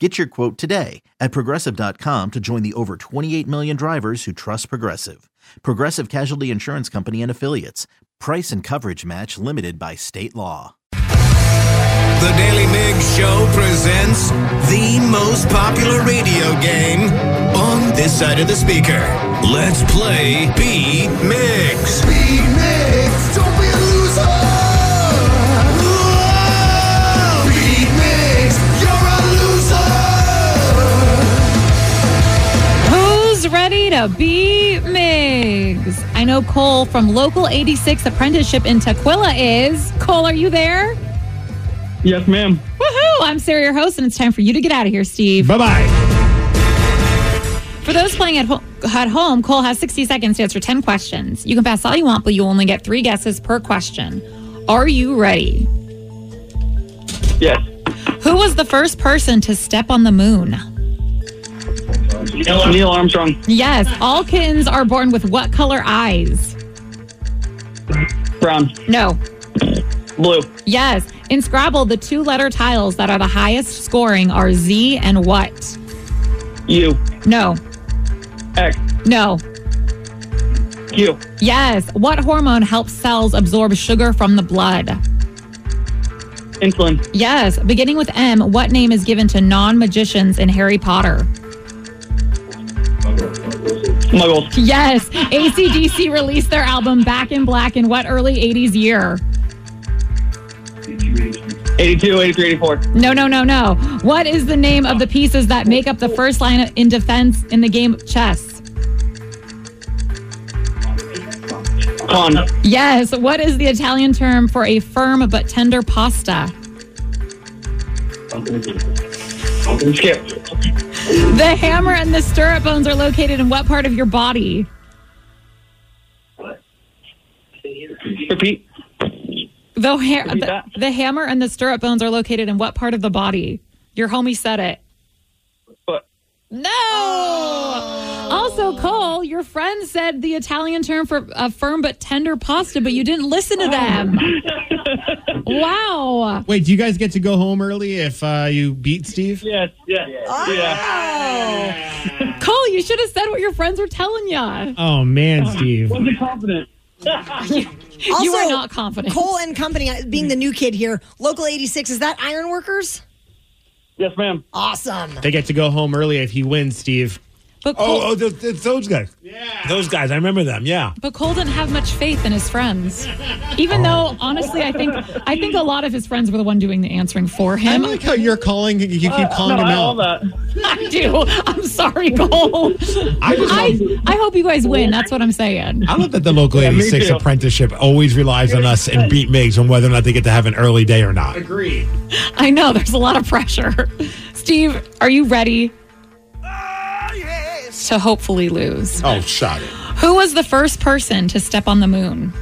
Get your quote today at progressive.com to join the over 28 million drivers who trust Progressive. Progressive Casualty Insurance Company and Affiliates. Price and coverage match limited by state law. The Daily Mix Show presents the most popular radio game on this side of the speaker. Let's play B Mix. B Mix, don't be a loser. B Mix, you're a loser. Who's ready to be Migs? I know Cole from Local 86 Apprenticeship in Tequila is. Cole, are you there? Yes, ma'am. Woohoo! I'm Sarah, your host, and it's time for you to get out of here, Steve. Bye bye. For those playing at, ho- at home, Cole has 60 seconds to answer 10 questions. You can pass all you want, but you only get three guesses per question. Are you ready? Yes. Who was the first person to step on the moon? Neil, Neil Armstrong. Yes, all kittens are born with what color eyes? Brown. No, Blue. Yes. In Scrabble, the two letter tiles that are the highest scoring are Z and what? U. No, X. no. Q. Yes. What hormone helps cells absorb sugar from the blood? Insulin. Yes. Beginning with M, what name is given to non magicians in Harry Potter? Muggles. Yes. ACDC released their album Back in Black in what early 80s year? 82, 83, 84. No, no, no, no. What is the name of the pieces that make up the first line in defense in the game of chess? Con. Yes. What is the Italian term for a firm but tender pasta? Skip. The hammer and the stirrup bones are located in what part of your body? Repeat. The, ha- the, that. the hammer and the stirrup bones are located in what part of the body? Your homie said it. But No. Also, Cole, your friend said the Italian term for a firm but tender pasta, but you didn't listen to them. wow. Wait, do you guys get to go home early if uh, you beat Steve? yes, yes, yeah. Cole, you should have said what your friends were telling ya. Oh man, Um, Steve. Wasn't confident. you were Also, not confident. Cole and Company, uh, being the new kid here, Local 86, is that Ironworkers? Yes, ma'am. Awesome. They get to go home early if he wins, Steve. But Cole, Oh, oh, th- th- those guys. Yeah, those guys. I remember them. Yeah, But Cole didn't have much faith in his friends, even Oh. though honestly, I think I think a lot of his friends were the one doing the answering for I him. like how you're calling. You keep calling Uh, No, him I all out. that. I do. I'm sorry, Cole. I just I I hope you guys win. That's what I'm saying. I love that the local me 86 too. apprenticeship always relies on us and beat Migs on whether or not they get to have an early day or not. Agreed. I know there's a lot of pressure. Steve, are you ready to hopefully lose? Oh, shot it. Who was the first person to step on the moon?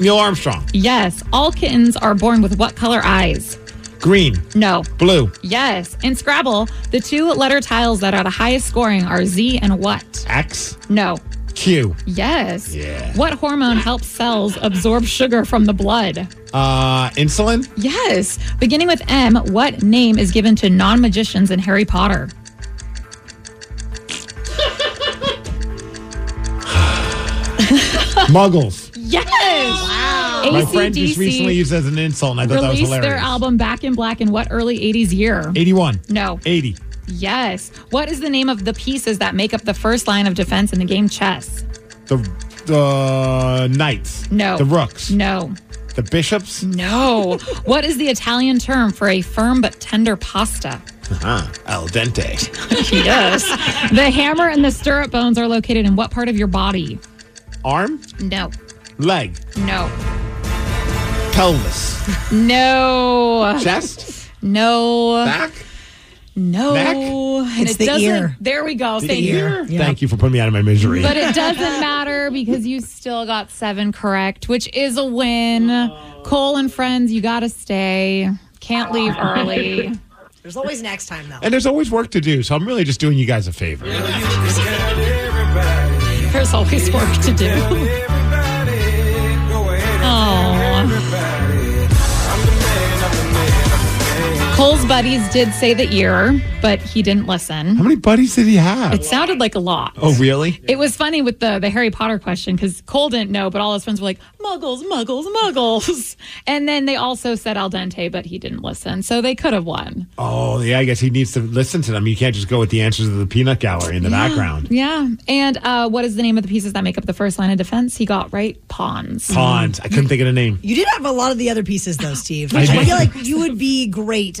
Neil Armstrong. Yes, all kittens are born with what color eyes? Green, No. blue, Yes. In Scrabble, the two letter tiles that are the highest scoring are Z and what? X, No. Q. Yes. Yeah. What hormone helps cells absorb sugar from the blood? Uh, insulin, Yes. Beginning with M, what name is given to non magicians in Harry Potter? muggles. Yes. Wow. My friend just recently ACDC used that as an insult, and I thought that was released hilarious. their album Back in Black in what early 80s year? 81, No. 80, Yes. What is the name of the pieces that make up the first line of defense in the game chess? The the knights. No. The rooks. No. The bishops. No. what is the Italian term for a firm but tender pasta? Uh-huh. Al dente. Yes. the hammer and the stirrup bones are located in what part of your body? Arm. No. Leg. No. Pelvis. No. Chest. No. Back. No. Neck? And It's it the doesn't. ear. There we go. Thank you. Yeah. Thank you for putting me out of my misery. But it doesn't matter because you still got seven correct, which is a win. Cole and friends, you got to stay. Can't leave early. There's always next time, though. and there's always work to do, so I'm really just doing you guys a favor. There's always work to do. Oh. Cole's buddies did say the ear, but he didn't listen. How many buddies did he have? It sounded like a lot. oh, really? It was funny with the the Harry Potter question because Cole didn't know, but all his friends were like, "Muggles, Muggles, Muggles," and then they also said al dente, but he didn't listen, so they could have won. Oh, yeah. I guess he needs to listen to them. You can't just go with the answers of the peanut gallery in the background. Yeah, and uh, what is the name of the pieces that make up the first line of defense? He got right pawns. Pawns. I couldn't think of the name. You did have a lot of the other pieces, though, Steve. Which I did. feel like you would be great